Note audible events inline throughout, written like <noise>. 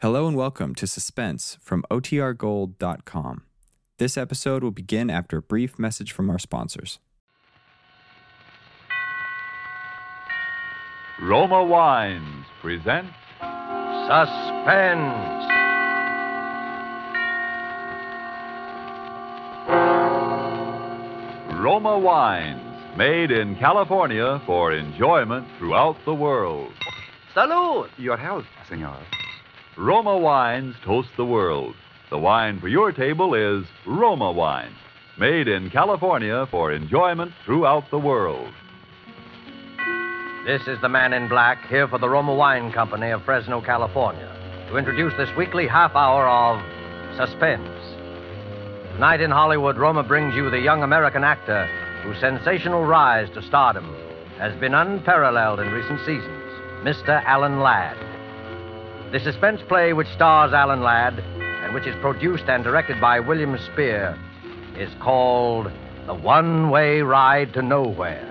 Hello and welcome to Suspense from OTRGold.com. This episode will begin after a brief message from our sponsors. Roma Wines present Suspense. Roma Wines, made in California for enjoyment throughout the world. Salud! Your health, senor. Roma Wines toast the world. The wine for your table is Roma Wine, made in California for enjoyment throughout the world. This is the man in black here for the Roma Wine Company of Fresno, California, to introduce this weekly half hour of suspense. Tonight in Hollywood, Roma brings you the young American actor whose sensational rise to stardom has been unparalleled in recent seasons, Mr. Alan Ladd. The suspense play, which stars Alan Ladd and which is produced and directed by William Spear, is called The One Way Ride to Nowhere.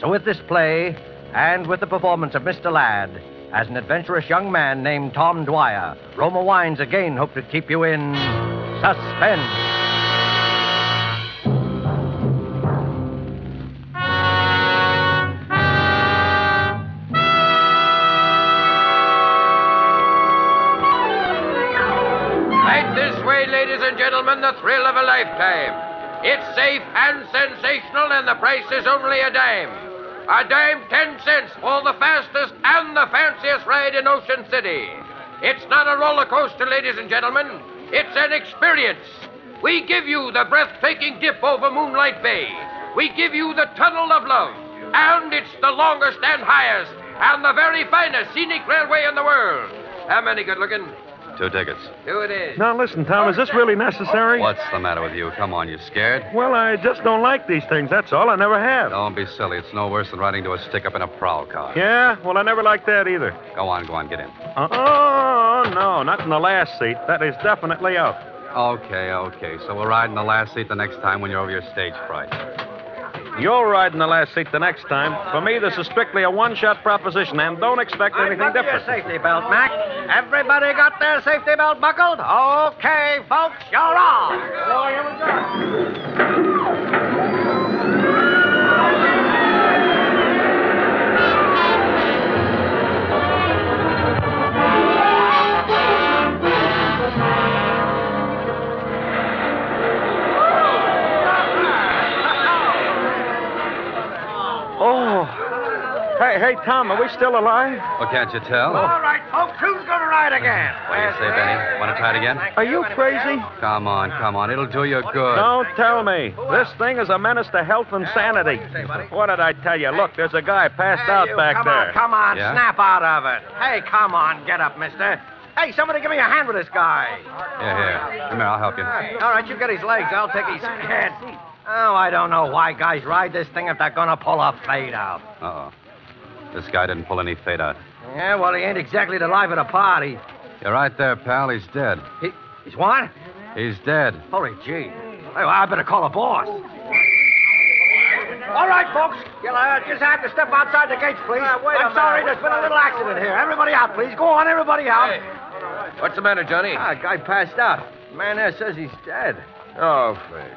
So, with this play, and with the performance of Mr. Ladd as an adventurous young man named Tom Dwyer, Roma Wines again hope to keep you in suspense. Right this way, ladies and gentlemen, the thrill of a lifetime. It's safe and sensational, and the price is only a dime. A dime, ten cents for the fastest and the fanciest ride in Ocean City. It's not a roller coaster, ladies and gentlemen. It's an experience. We give you the breathtaking dip over Moonlight Bay. We give you the Tunnel of Love. And it's the longest and highest and the very finest scenic railway in the world. How many good looking? Two tickets. Who it is? Now, listen, Tom, is this really necessary? What's the matter with you? Come on, you scared? Well, I just don't like these things, that's all. I never have. Don't be silly. It's no worse than riding to a stick up in a prowl car. Yeah, well, I never liked that either. Go on, go on, get in. Uh, oh, no, not in the last seat. That is definitely out. Okay, okay. So we'll ride in the last seat the next time when you're over your stage fright. You'll ride in the last seat the next time. For me, this is strictly a one shot proposition, and don't expect anything your different. safety belt, Mac. Everybody got their safety belt buckled? Okay, folks, you're on. Oh. Hey, hey, Tom, are we still alive? Oh, can't you tell? All right, folks, who's going to ride again? What do you say, Benny? Want to try it again? Are you crazy? Come on, come on. It'll do you good. Don't tell me. This thing is a menace to health and sanity. What did I tell you? Look, there's a guy passed Hey, out you, back come there. on, come on, Yeah? snap out of it. Hey, come on, get up, mister. Hey, somebody give me a hand with this guy. Here, here. Come here, I'll help you. All right, you get his legs. I'll take his head. Oh, I don't know why guys ride this thing if they're going to pull a fade out. Uh-oh. This guy didn't pull any fade out. Yeah, well, he ain't exactly the life of the party. You're right there, pal. He's dead. He, he's what? He's dead. Holy gee. Hey, well, I better call a boss. All right, folks. You'll uh, just have to step outside the gates, please. Uh, a I'm sorry, minute. there's been a little accident here. Everybody out, please. Go on, everybody out. Hey, what's the matter, Johnny? Ah, guy passed out. Man there says he's dead. Oh, Fred.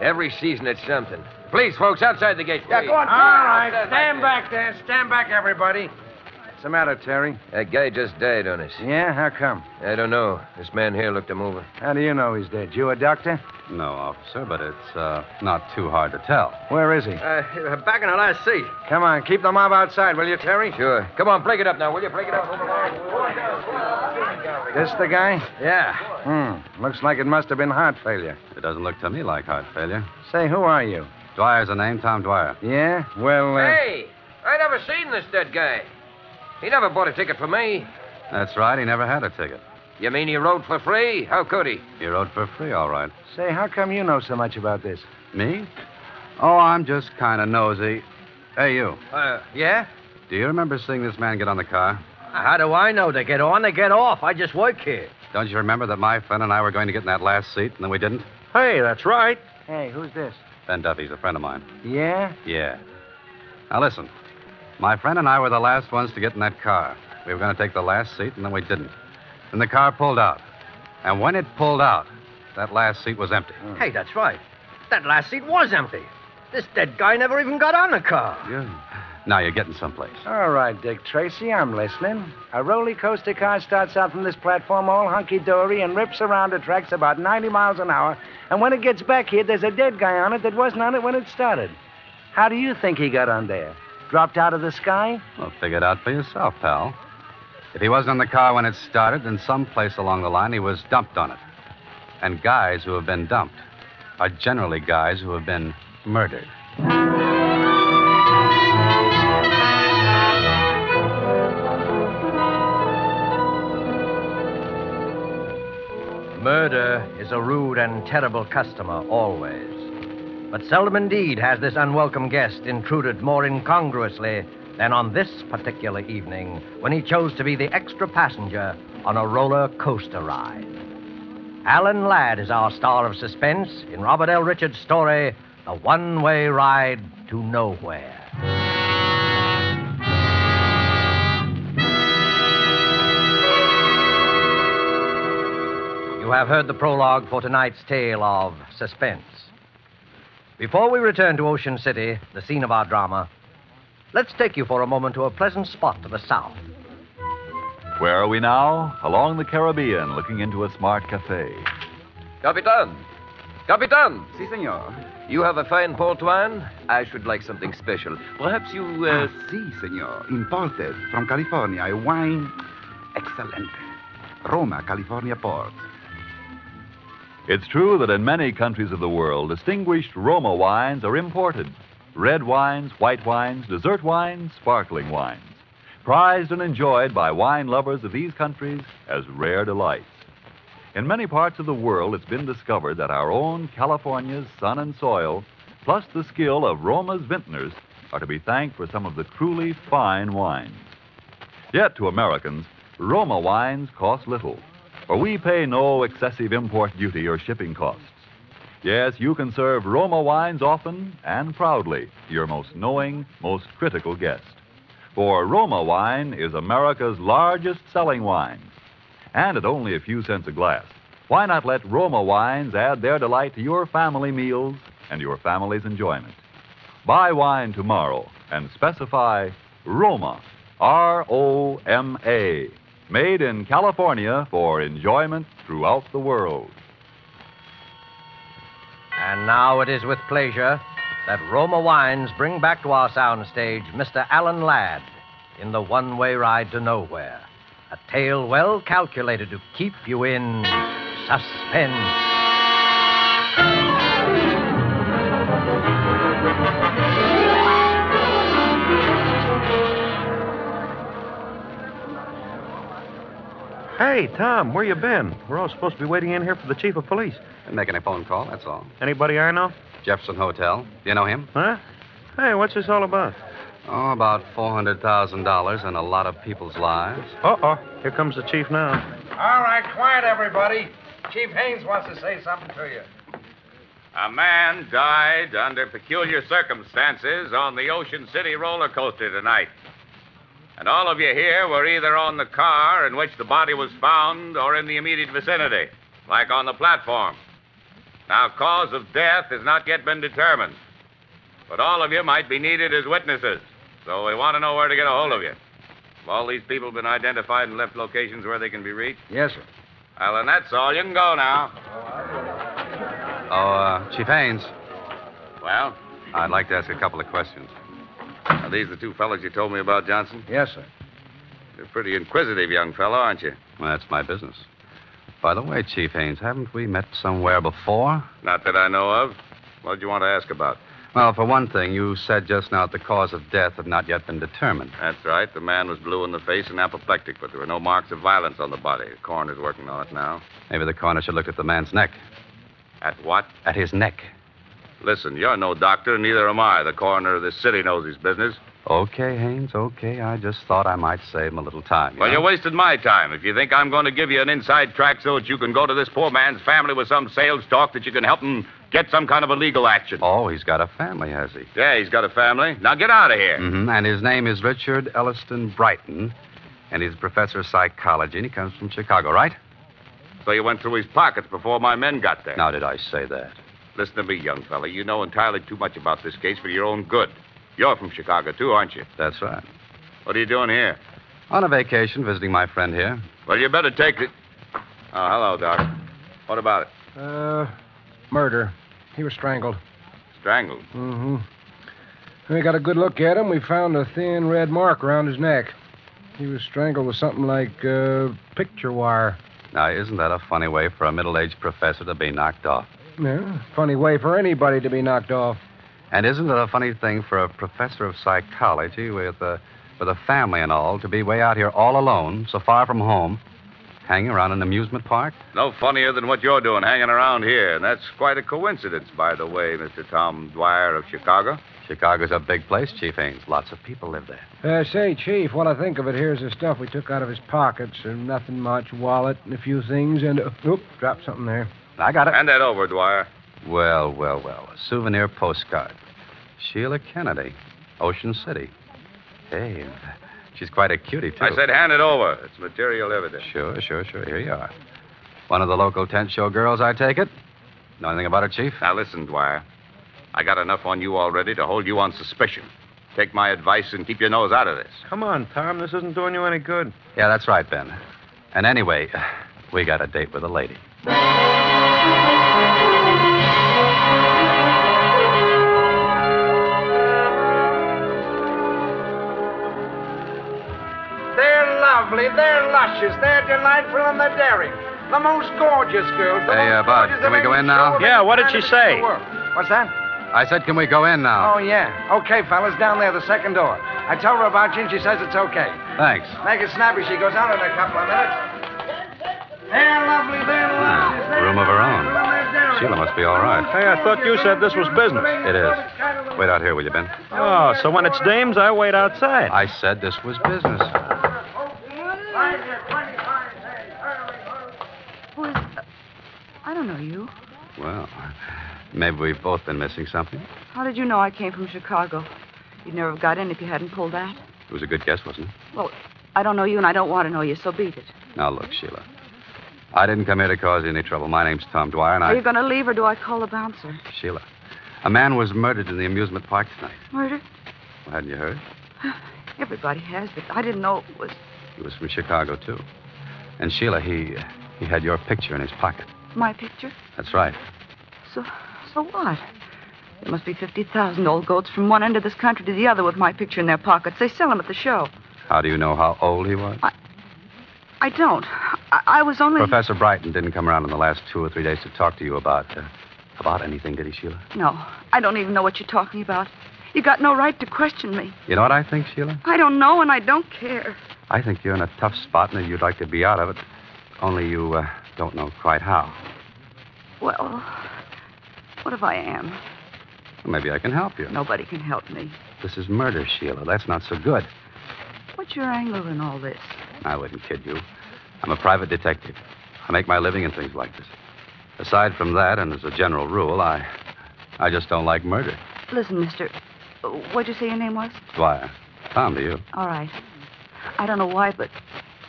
Every season it's something. Please, folks, outside the gates. Yeah, please. go on. All right, stand back there. Stand back, everybody. What's the matter, Terry? That guy just died on us. Yeah, how come? I don't know. This man here looked him over. How do you know he's dead? You a doctor? No, officer, but it's uh, not too hard to tell. Where is he? Uh, back in the last seat. Come on, keep the mob outside, will you, Terry? Sure. Come on, break it up now, will you? Break it up. This the guy? Yeah. Hmm. Looks like it must have been heart failure. It doesn't look to me like heart failure. Say, who are you? Dwyer's the name, Tom Dwyer. Yeah? Well, uh, Hey, I never seen this dead guy. He never bought a ticket for me. that's right. He never had a ticket. You mean he rode for free? How could he? He rode for free, all right. Say, how come you know so much about this? Me? Oh, I'm just kind of nosy. Hey, you. Uh, yeah? Do you remember seeing this man get on the car? How do I know they get on? They get off. I just work here. Don't you remember that my friend and I were going to get in that last seat, and then we didn't? Hey, that's right. Hey, who's this? Ben Duffy's a friend of mine. Yeah? Yeah. Now listen. My friend and I were the last ones to get in that car. We were going to take the last seat, and then we didn't. Then the car pulled out. And when it pulled out, that last seat was empty. Hey, that's right. That last seat was empty. This dead guy never even got on the car. Yeah. Now you're getting someplace. All right, Dick Tracy, I'm listening. A roller coaster car starts out from this platform all hunky dory and rips around the tracks about 90 miles an hour. And when it gets back here, there's a dead guy on it that wasn't on it when it started. How do you think he got on there? Dropped out of the sky? Well, figure it out for yourself, pal. If he wasn't in the car when it started, then someplace along the line he was dumped on it. And guys who have been dumped are generally guys who have been murdered. Murder is a rude and terrible customer, always. But seldom indeed has this unwelcome guest intruded more incongruously than on this particular evening when he chose to be the extra passenger on a roller coaster ride. Alan Ladd is our star of suspense in Robert L. Richards' story, The One Way Ride to Nowhere. You have heard the prologue for tonight's tale of suspense. Before we return to Ocean City, the scene of our drama, let's take you for a moment to a pleasant spot to the south. Where are we now? Along the Caribbean, looking into a smart cafe. Capitan! Capitan! Si, senor. You have a fine port wine? I should like something special. Perhaps you. Uh... si, senor. Ah, Imported from California. A wine. Excellent. Roma, California port. It's true that in many countries of the world, distinguished Roma wines are imported red wines, white wines, dessert wines, sparkling wines. Prized and enjoyed by wine lovers of these countries as rare delights. In many parts of the world, it's been discovered that our own California's sun and soil, plus the skill of Roma's vintners, are to be thanked for some of the truly fine wines. Yet to Americans, Roma wines cost little, for we pay no excessive import duty or shipping costs. Yes, you can serve Roma wines often and proudly to your most knowing, most critical guest. For Roma wine is America's largest selling wine, and at only a few cents a glass. Why not let Roma wines add their delight to your family meals and your family's enjoyment? Buy wine tomorrow and specify Roma, R O M A, made in California for enjoyment throughout the world. And now it is with pleasure that Roma Wines bring back to our soundstage Mr. Alan Ladd in The One Way Ride to Nowhere, a tale well calculated to keep you in suspense. Hey, Tom, where you been? We're all supposed to be waiting in here for the chief of police. I'm making a phone call, that's all. Anybody I know? Jefferson Hotel. You know him? Huh? Hey, what's this all about? Oh, about $400,000 and a lot of people's lives. Uh-oh, here comes the chief now. All right, quiet, everybody. Chief Haynes wants to say something to you. A man died under peculiar circumstances on the Ocean City roller coaster tonight. And all of you here were either on the car in which the body was found or in the immediate vicinity, like on the platform. Now, cause of death has not yet been determined. But all of you might be needed as witnesses, so we want to know where to get a hold of you. Have all these people been identified and left locations where they can be reached? Yes, sir. Well, then that's all. You can go now. Oh, uh, Chief Haynes, Well, I'd like to ask a couple of questions. are these the two fellows you told me about, Johnson? Yes, sir. You're a pretty inquisitive young fellow, aren't you? Well, that's my business. By the way, Chief Haynes, haven't we met somewhere before? Not that I know of. What did you want to ask about? Well, for one thing, you said just now that the cause of death had not yet been determined. That's right. The man was blue in the face and apoplectic, but there were no marks of violence on the body. The coroner's working on it now. Maybe the coroner should look at the man's neck. At what? At his neck. Listen, you're no doctor, neither am I. The coroner of this city knows his business. Okay, Haynes, okay. I just thought I might save him a little time. you Well, know? you're wasting my time if you think I'm going to give you an inside track so that you can go to this poor man's family with some sales talk that you can help him get some kind of a legal action. Oh, he's got a family, has he? Mm. Mm-hmm. Yeah, he's got a family. Now get out of here. hmm And his name is Richard Elliston Brighton, and he's a professor of psychology, and he comes from Chicago, right? So you went through his pockets before my men got there. Now, did I say that? Listen to me, young fella. You know entirely too much about this case for your own good. You're from Chicago, too, aren't you? That's right. What are you doing here? On a vacation, visiting my friend here. Well, you better take it. Oh, hello, Doc. What about it? Uh, murder. He was strangled. Strangled. Mm-hmm. We got a good look at him. We found a thin red mark around his neck. He was strangled with something like uh, picture wire. Now, isn't that a funny way for a middle aged professor to be knocked off? Yeah, funny way for anybody to be knocked off. And isn't it a funny thing for a professor of psychology with a, with a family and all to be way out here all alone, so far from home, hanging around an amusement park? No funnier than what you're doing hanging around here. And that's quite a coincidence, by the way, Mr. Tom Dwyer of Chicago. Chicago's a big place, Chief Ames. Lots of people live there. Uh, say, Chief, what I think of it here is the stuff we took out of his pockets. Uh, nothing much, wallet and a few things, and... Uh, oop, dropped something there. I got it. Hand that over, Dwyer. Well, well, well. A souvenir postcard. Sheila Kennedy, Ocean City. Hey, she's quite a cutie, too. I said hand it over. It's material evidence. Sure, sure, sure. Here you are. One of the local tent show girls, I take it? Know anything about her, Chief? Now listen, Dwyer. I got enough on you already to hold you on suspicion. Take my advice and keep your nose out of this. Come on, Tom. This isn't doing you any good. Yeah, that's right, Ben. And anyway, we got a date with a lady. They're lovely, they're luscious, they're delightful, and they're daring. The most gorgeous girls. The Hey, uh, most Bud, gorgeous can we of go in any now? show of Yeah, any what did kind she in the say? world. What's that? I said, can we go in now? Oh, yeah. Okay, fellas, down there, the second door. I told her about you, and she says it's okay. Thanks. Make it snappy. She goes out in a couple of minutes. They're lovely, they're luscious. Ah, room of her own. Sheila must be all right. Hey, I thought you said this was business. It is. Wait out here, will you, Ben? Oh, so when it's dames, I wait outside. I said this was business. Who is. I don't know you. Well, maybe we've both been missing something. How did you know I came from Chicago? You'd never have got in if you hadn't pulled that. It was a good guess, wasn't it? Well, I don't know you and I don't want to know you, so beat it. Now, look, Sheila. I didn't come here to cause any trouble. My name's Tom Dwyer, and I. Are you going to leave or do I call the bouncer? Sheila, a man was murdered in the amusement park tonight. Murder? <sighs> Well, hadn't you heard? Everybody has, but I didn't know it was. He was from Chicago, too. And Sheila, he he had your picture in his pocket. My picture? That's right. So, so what? There must be 50,000 old goats from one end of this country to the other with my picture in their pockets. They sell them at the show. How do you know how old he was? I don't. I, I was only. Professor Brighton didn't come around in the last two or three days to talk to you about uh, about anything, did he, Sheila? No, I don't even know what you're talking about. You got no right to question me. You know what I think, Sheila? I don't know and I don't care. I think you're in a tough spot and that you'd like to be out of it, only you uh, don't know quite how. Well, what if I am? Well, maybe I can help you. Nobody can help me. This is murder, Sheila. That's not so good. What's your angle in all this? I wouldn't kid you. I'm a private detective. I make my living in things like this. Aside from that, and as a general rule, I, I just don't like murder. Listen, mister. uh, What'd you say your name was? Why? Tom, do you? All right. I don't know why, but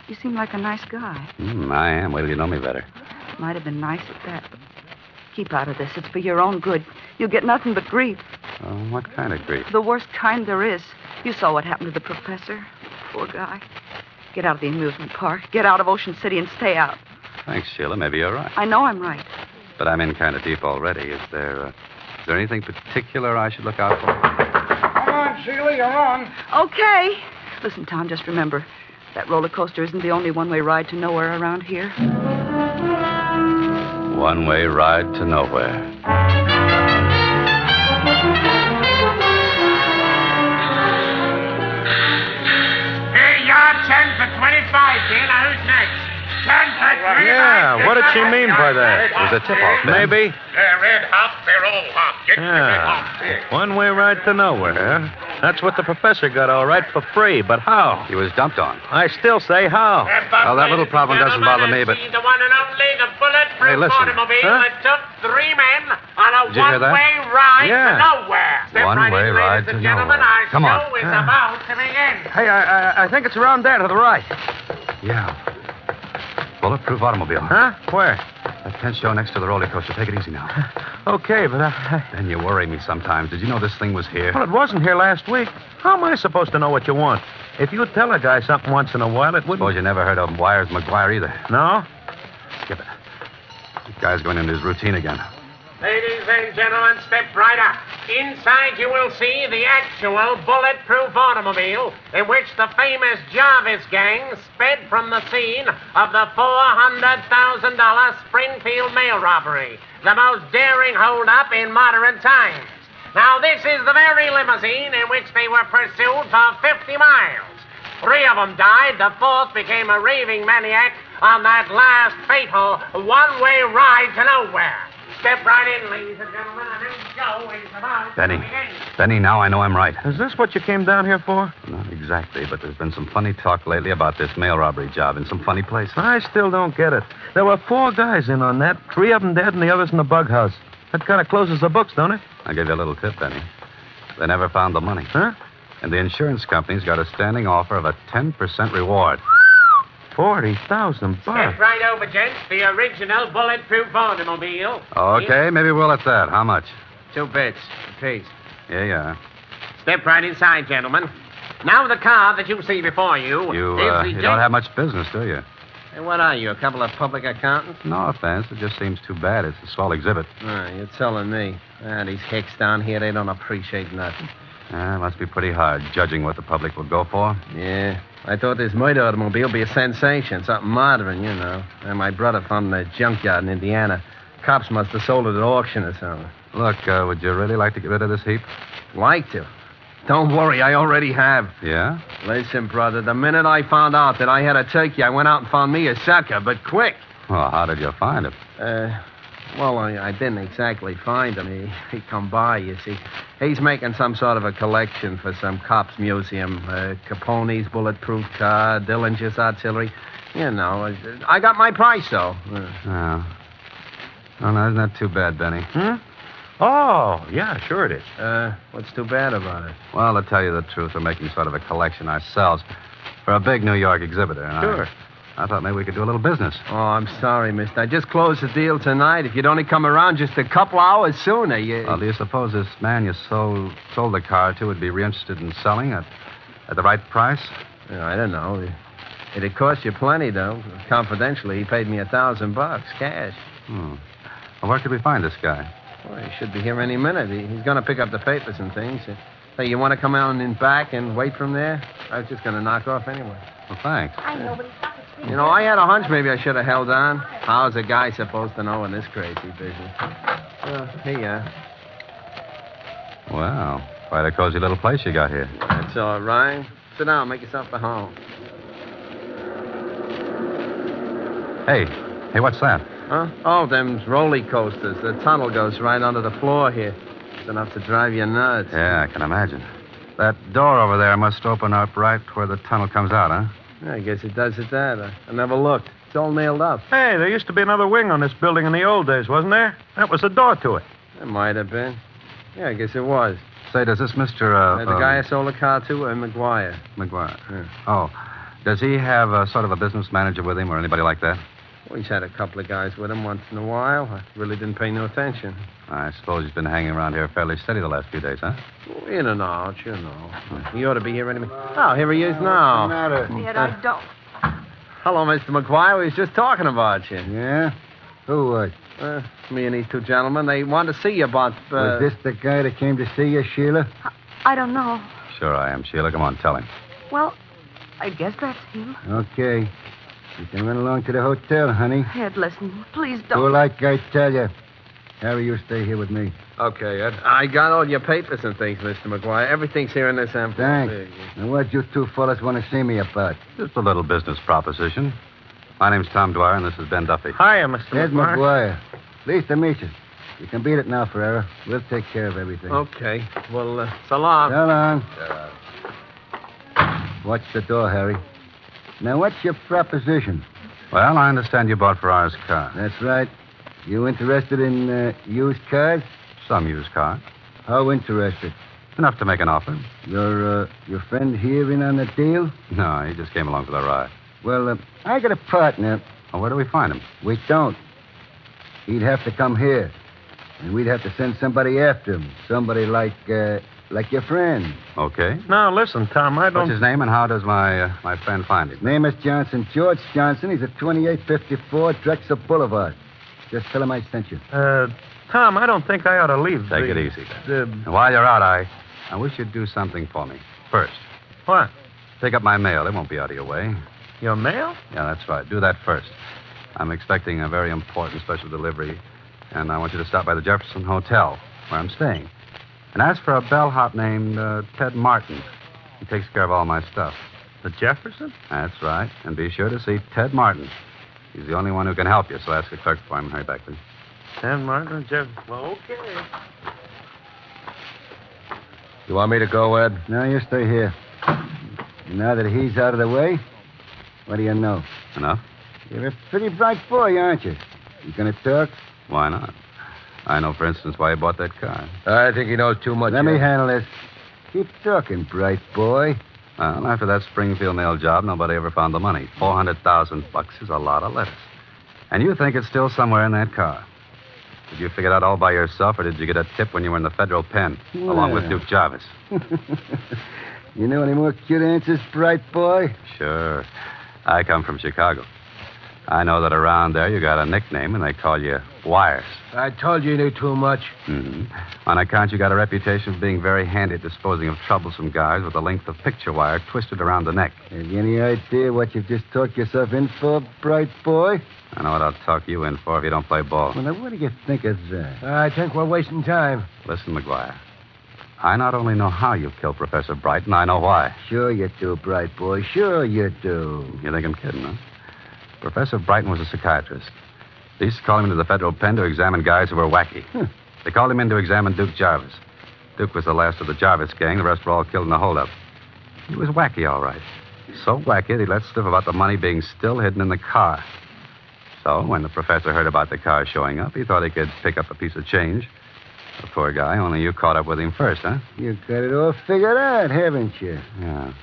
you seem like a nice guy. Hmm, I am. Wait till you know me better. Might have been nice at that, but keep out of this. It's for your own good. You'll get nothing but grief. Oh, what kind of grief? The worst kind there is. You saw what happened to the professor. Poor guy. Get out of the amusement park. Get out of Ocean City and stay out. Thanks, Sheila. Maybe you're right. I know I'm right. But I'm in kind of deep already. Is there, uh, is there anything particular I should look out for? Come on, Sheila, you're on. Okay. Listen, Tom, just remember that roller coaster isn't the only one way ride to nowhere around here. One way ride to nowhere. Here you are, 10 for 25, Dean. Who's next? 10 for 25. Yeah, Yeah, what did she mean by that? It was a tip-off, Ben. Maybe. They're red hot, they're all hot. Get Yeah. One way ride to nowhere, huh? That's what the professor got all right for free, but how? He was dumped on. I still say how. Oh. Well, that little problem doesn't bother me, but. The one and only, the bulletproof Hey, listen. automobile Huh? that took three men on a Did you hear that? one-way ride Yeah. to nowhere. Step One right way in, ride ladies to and gentlemen. nowhere. Our Come show on. is Yeah. about to begin. Hey, I, I, I think it's around there to the right. Yeah. Bulletproof automobile. Huh? Where? That tent show next to the roller coaster. Take it easy now. <laughs> Okay, but I, Ben, you worry me sometimes. Did you know this thing was here? Well, it wasn't here last week. How am I supposed to know what you want? If you tell a guy something once in a while, it wouldn't. Suppose you never heard of Wires McGuire either. No? Skip it. The guy's going into his routine again. Ladies and gentlemen, step right up. Inside, you will see the actual bulletproof automobile in which the famous Jarvis gang sped from the scene of the $400,000 Springfield mail robbery, the most daring holdup in modern times. Now, this is the very limousine in which they were pursued for 50 miles. Three of them died. The fourth became a raving maniac on that last fatal one way ride to nowhere. Step right in, ladies and gentlemen. The new show is about to Benny. begin. Benny, now I know I'm right. Is this what you came down here for? Not exactly, but there's been some funny talk lately about this mail robbery job in some funny place. I still don't get it. There were four guys in on that, three of them dead and the others in the bug house. That kind of closes the books, don't it? I'll give you a little tip, Benny. They never found the money. Huh? And the insurance company's got a standing offer of a 10% reward. 40,000 Step bucks. right over, gents. The original bulletproof automobile. Okay, maybe we'll at that. How much? Two bits, please. Yeah, yeah. Step right inside, gentlemen. Now the car that you see before you. You, is uh, the you gen- don't have much business, do you? Hey, What are you, a couple of public accountants? No offense. It just seems too bad. It's a swell exhibit. Ah, you're telling me. Ah, these hicks down here, they don't appreciate nothing. Uh, it must be pretty hard judging what the public will go for. Yeah. I thought this murder automobile would be a sensation, something modern, you know. And my brother found it in a junkyard in Indiana. Cops must have sold it at auction or something. Look, uh, would you really like to get rid of this heap? Like to. Don't worry, I already have. Yeah? Listen, brother, the minute I found out that I had a turkey, I went out and found me a sucker, but quick. Well, how did you find it? Uh, well, I, I didn't exactly find him. He, he come by, you see. He's making some sort of a collection for some cops museum. Uh, Capone's bulletproof car, Dillinger's artillery. You know, I- I got my price, though. Uh, Oh. Oh, no, isn't that too bad, Benny? Hmm? Oh, yeah, sure it is. uh, what's too bad about it? Well, to tell you the truth, we're making sort of a collection ourselves for a big New York exhibitor. And Sure. I, I thought maybe we could do a little business. Oh, I'm sorry, mister. I just closed the deal tonight. If you'd only come around just a couple hours sooner, you... Well, do you suppose this man you sold, sold the car to would be interested in selling it at the right price? Yeah, I don't know. It'd cost you plenty, though. Confidentially, he paid me a thousand bucks, cash. Hmm. Well, where could we find this guy? Well, he should be here any minute. He, he's going to pick up the papers and things. Uh, Hey, you want to come out and in back and wait from there? I was just going to knock off anyway. Well, thanks. I know, but he's not the You know, I had a <laughs> hunch maybe I should have held on. How's a guy supposed to know in this crazy business? Uh, here you are. Well, quite a cozy little place you got here. That's all right. uh, Sit down. Make yourself at home. Hey, hey, what's that? Huh? Oh, them roller coasters. The tunnel goes right under the floor here. It's enough to drive you nuts. Yeah, I can imagine. That door over there must open up right where the tunnel comes out, huh? I guess it does it that. I, I never looked. It's all nailed up. Hey, there used to be another wing on this building in the old days, wasn't there? That was the door to it. It might have been. Yeah, I guess it was. Say, does this Mr. Uh, Uh, the uh, guy I sold the car to, uh, McGuire. McGuire. Yeah. Oh, does he have a sort of a business manager with him or anybody like that? Well, he's had a couple of guys with him once in a while. I really didn't pay no attention. I suppose he's been hanging around here fairly steady the last few days, huh? In and out, you know. He ought to be here any minute. Oh, here he is now. Uh, What's the kid. matter? I don't. Hello, Mr. McGuire. We was just talking about you. Yeah? Who was? Uh, me and these two gentlemen, they wanted to see you about... Uh, was this the guy that came to see you, Sheila? I don't know. Sure I am, Sheila. Come on, tell him. Well, I guess that's him. Okay. You can run along to the hotel, honey. Ed, listen, please don't. Do like I tell you. Harry, you stay here with me. Okay, Ed. I got all your papers and things, Mr. McGuire. Everything's here in this envelope. Thanks. Now, what you two fellas want to see me about? Just a little business proposition. My name's Tom Dwyer, and this is Ben Duffy. Hiya, Mr. Ed McGuire. McGuire. Pleased to meet you. You can beat it now, Ferrera. We'll take care of everything. Oh, Okay. Well, uh, so long. So long. Watch the door, Harry. Now, what's your proposition? Well, I understand you bought Ferrara's car. That's right. You interested in uh, used cars? Some used car. How interested? Enough to make an offer. Your uh, your friend here in on the deal? No, he just came along for the ride. Well, uh, I got a partner. Well, where do we find him? We don't. He'd have to come here, and we'd have to send somebody after him. Somebody like uh, like your friend. Okay. Now, listen, Tom, I don't. What's his name, and how does my uh, my friend find him? Name is Johnson, George Johnson. He's at 2854 Drexel Boulevard. Just tell him I sent you. Uh, Tom, I don't think I ought to leave. Take the- it easy. The... And while you're out, I I wish you'd do something for me. First, What? pick up my mail. It won't be out of your way. Your mail? Yeah, that's right. Do that first. I'm expecting a very important special delivery, and I want you to stop by the Jefferson Hotel, where I'm staying, and ask for a bellhop named uh, Ted Martin. He takes care of all my stuff. The Jefferson? That's right. And be sure to see Ted Martin. He's the only one who can help you, so ask the clerk for him. Hurry back, please. San Martin, Jeff. Well, okay. You want me to go, Ed? No, you stay here. Now that he's out of the way, what do you know? Enough? You're a pretty bright boy, aren't you? You gonna talk? Why not? I know, for instance, why he bought that car. I think he knows too much. Let me Ed. handle this. Keep talking, bright boy. Well, after that Springfield nail job, nobody ever found the money. Four hundred thousand bucks is a lot of letters. And you think it's still somewhere in that car. Did you figure it out all by yourself, or did you get a tip when you were in the federal pen, along with Well. Duke Jarvis? <laughs> You know any more cute answers, bright boy? Sure. I come from Chicago. I know that around there you got a nickname, and they call you Wires. I told you you knew too much. hmm On account, you got a reputation for being very handy at disposing of troublesome guys with a length of picture wire twisted around the neck. Have you any idea what you've just talked yourself in for, bright boy? I know what I'll talk you in for if you don't play ball. Well, now, what do you think of that? I think we're wasting time. Listen, McGuire. I not only know how you killed Professor Brighton, I know why. Sure you do, bright boy. Sure you do. You think I'm kidding, huh? Professor Brighton was a psychiatrist. They used to call him into the federal pen to examine guys who were wacky. They called him in to examine Duke Jarvis. Duke was the last of the Jarvis gang. The rest were all killed in the holdup. He was wacky, all right. So wacky that he let slip about the money being still hidden in the car. So when the professor heard about the car showing up, he thought he could pick up a piece of change. The poor guy, only you caught up with him first, huh? You got it all figured out, haven't you? Yeah.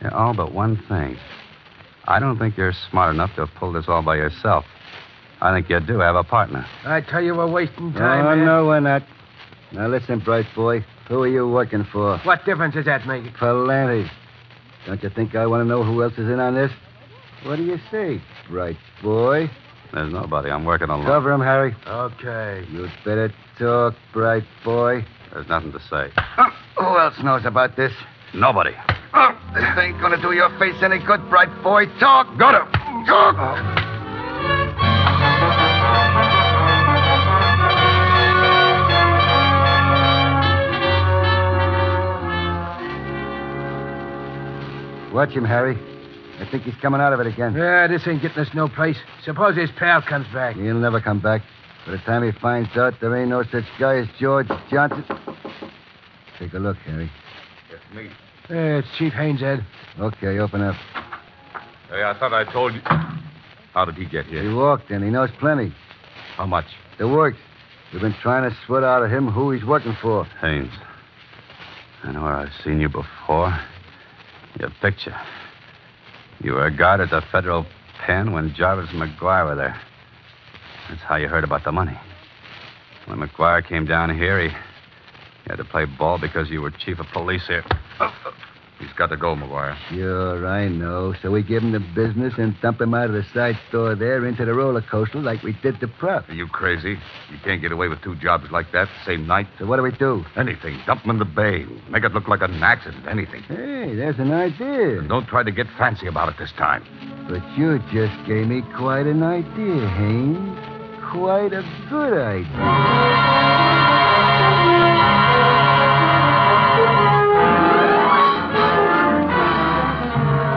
yeah. All but one thing. I don't think you're smart enough to have pulled this all by yourself. I think you do have a partner. I tell you, we're wasting oh, time. Ed. no, we're not. Now, listen, bright boy. Who are you working for? What difference does that make? Palanti. Don't you think I want to know who else is in on this? What do you say, bright boy? There's nobody. I'm working alone. Cover him, Harry. Okay. You'd better talk, bright boy. There's nothing to say. Who else knows about this? Nobody. Oh, this ain't gonna do your face any good, bright boy. Talk. Got him. Watch him, Harry. I think he's coming out of it again. Yeah, this ain't getting us no place. Suppose his pal comes back. He'll never come back. By the time he finds out there ain't no such guy as George Johnson. Take a look, Harry. Yes, me. Eh, it's Chief Haines, Ed. Okay, open up. Hey, I thought I told you. How did he get here? He walked in. He knows plenty. How much? The works. We've been trying to sweat out of him who he's working for. Haynes. I know where I've seen you before. Your picture. You were a guard at the federal pen when Jarvis and McGuire were there. That's how you heard about the money. When McGuire came down here, he, he had to play ball because you were chief of police here. He's got to go, McGuire. Sure, I know. So we give him the business and dump him out of the side store there into the roller coaster like we did the prop. Are you crazy? You can't get away with two jobs like that the same night. So what do we do? Anything. Dump him in the bay. Make it look like an accident. Anything. Hey, there's an idea. Don't try to get fancy about it this time. But you just gave me quite an idea, Haynes. Quite a good idea.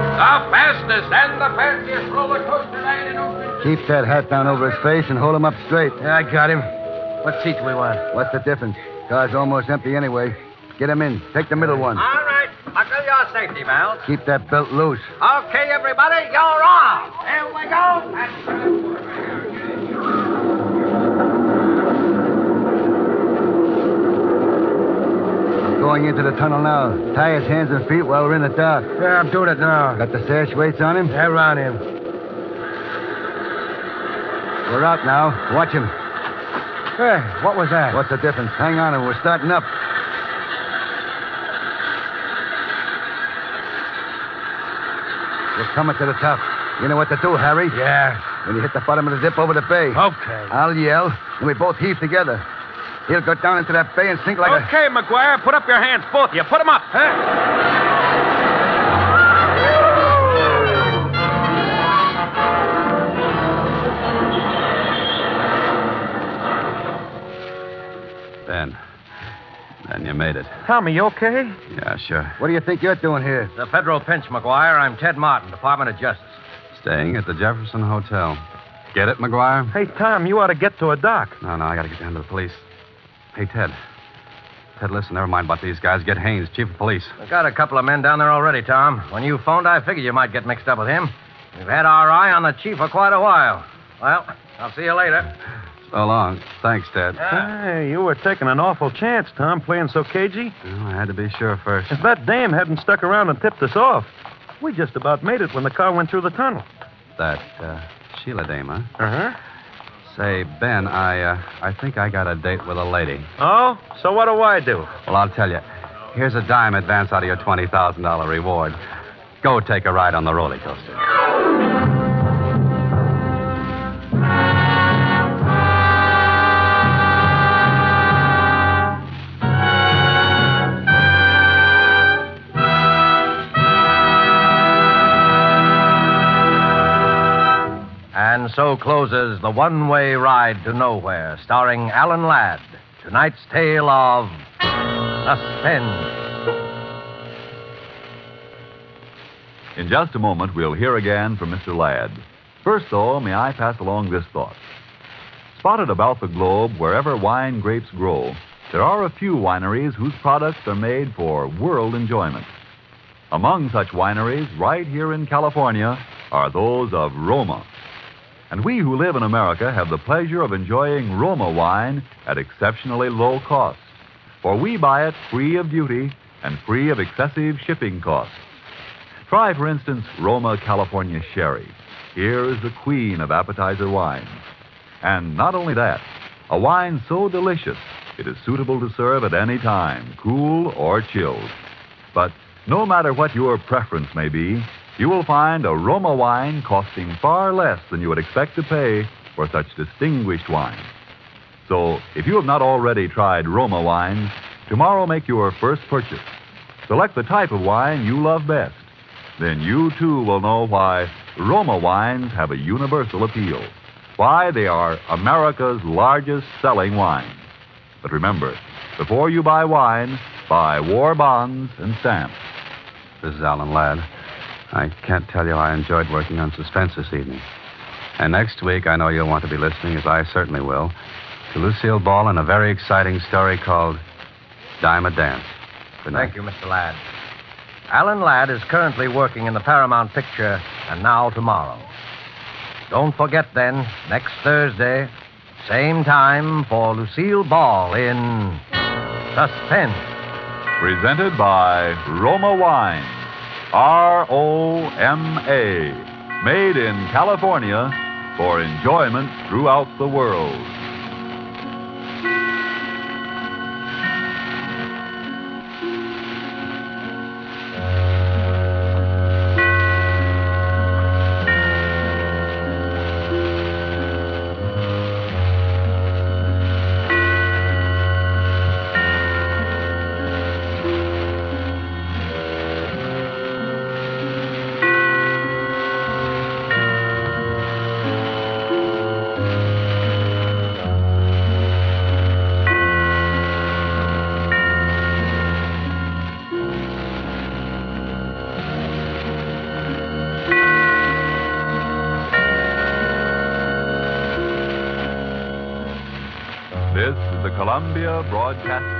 The fastest and the fanciest roller coaster night Keep that hat down over his face and hold him up straight. Yeah, I got him. What seat do we want? What's the difference? Car's almost empty anyway. Get him in. Take the middle one. All right. Buckle your safety belt. Keep that belt loose. Okay, everybody, you're on. Here we go. That's I'm going into the tunnel now. Tie his hands and feet while we're in the dark. Yeah, I'm doing it now. Got the sash weights on him? Yeah, around him. We're out now. Watch him. Hey, what was that? What's the difference? Hang on, and we're starting up. We're coming to the top. You know what to do, Harry. Yeah. When you hit the bottom of the dip over the bay. Okay. I'll yell, and we both heave together. He'll go down into that bay and sink like okay, McGuire, put up your hands, both of you. Put them up. Huh? Then. Then you made it. Oh, Tommy, you okay? Yeah, sure. a. What do you think you're doing here? the federal pinch, McGuire. I'm Ted Martin, Department of Justice. Staying at the Jefferson Hotel. Get it, McGuire? Hey, Tom, you ought to get to a dock. No, no, I gotta get down to the police. Hey, Ted. Ted, listen, never mind about these guys. Get Haynes, chief of police. I got a couple of men down there already, Tom. When you phoned, I figured you might get mixed up with him. We've had our eye on the chief for quite a while. Well, I'll see you later. So long. Thanks, Ted. Hey, you were taking an awful chance, Tom, playing so cagey. Well, I had to be sure first. If that dame hadn't stuck around and tipped us off, we just about made it when the car went through the tunnel. That, uh, Sheila dame, huh? Uh Say, Ben, I, uh, I think I got a date with a lady. huh. Oh, so what do I do? Well, I'll tell you. Here's a dime advance out of your $20,000 reward. Go take a ride on the roller coaster. And so closes The One Way Ride to Nowhere, starring Alan Ladd. Tonight's tale of suspense. In just a moment, we'll hear again from Mr. Ladd. First, though, may I pass along this thought. Spotted about the globe, wherever wine grapes grow, there are a few wineries whose products are made for world enjoyment. Among such wineries, right here in California, are those of Roma. And we who live in America have the pleasure of enjoying Roma wine at exceptionally low cost, for we buy it free of duty and free of excessive shipping costs. Try, for instance, Roma California Sherry. Here is the queen of appetizer wines. And not only that, a wine so delicious, it is suitable to serve at any time, cool or chilled. But no matter what your preference may be, you will find a Roma wine costing far less than you would expect to pay for such distinguished wine. So, if you have not already tried Roma wines, tomorrow make your first purchase. Select the type of wine you love best then you too will know why Roma wines have a universal appeal, why they are America's largest selling wine. But remember, before you buy wine, buy war bonds and stamps. This is Alan Ladd. I can't tell you I enjoyed working on suspense this evening. And next week, I know you'll want to be listening, as I certainly will, to Lucille Ball and a very exciting story called Dime a Dance. Good night. Thank you, Mr. Ladd. Alan Ladd is currently working in the Paramount picture, and now tomorrow. Don't forget then, next Thursday, same time for Lucille Ball in Suspense. Presented by Roma Wine. R O M A. Made in California for enjoyment throughout the world. This is the Columbia Broadcasting.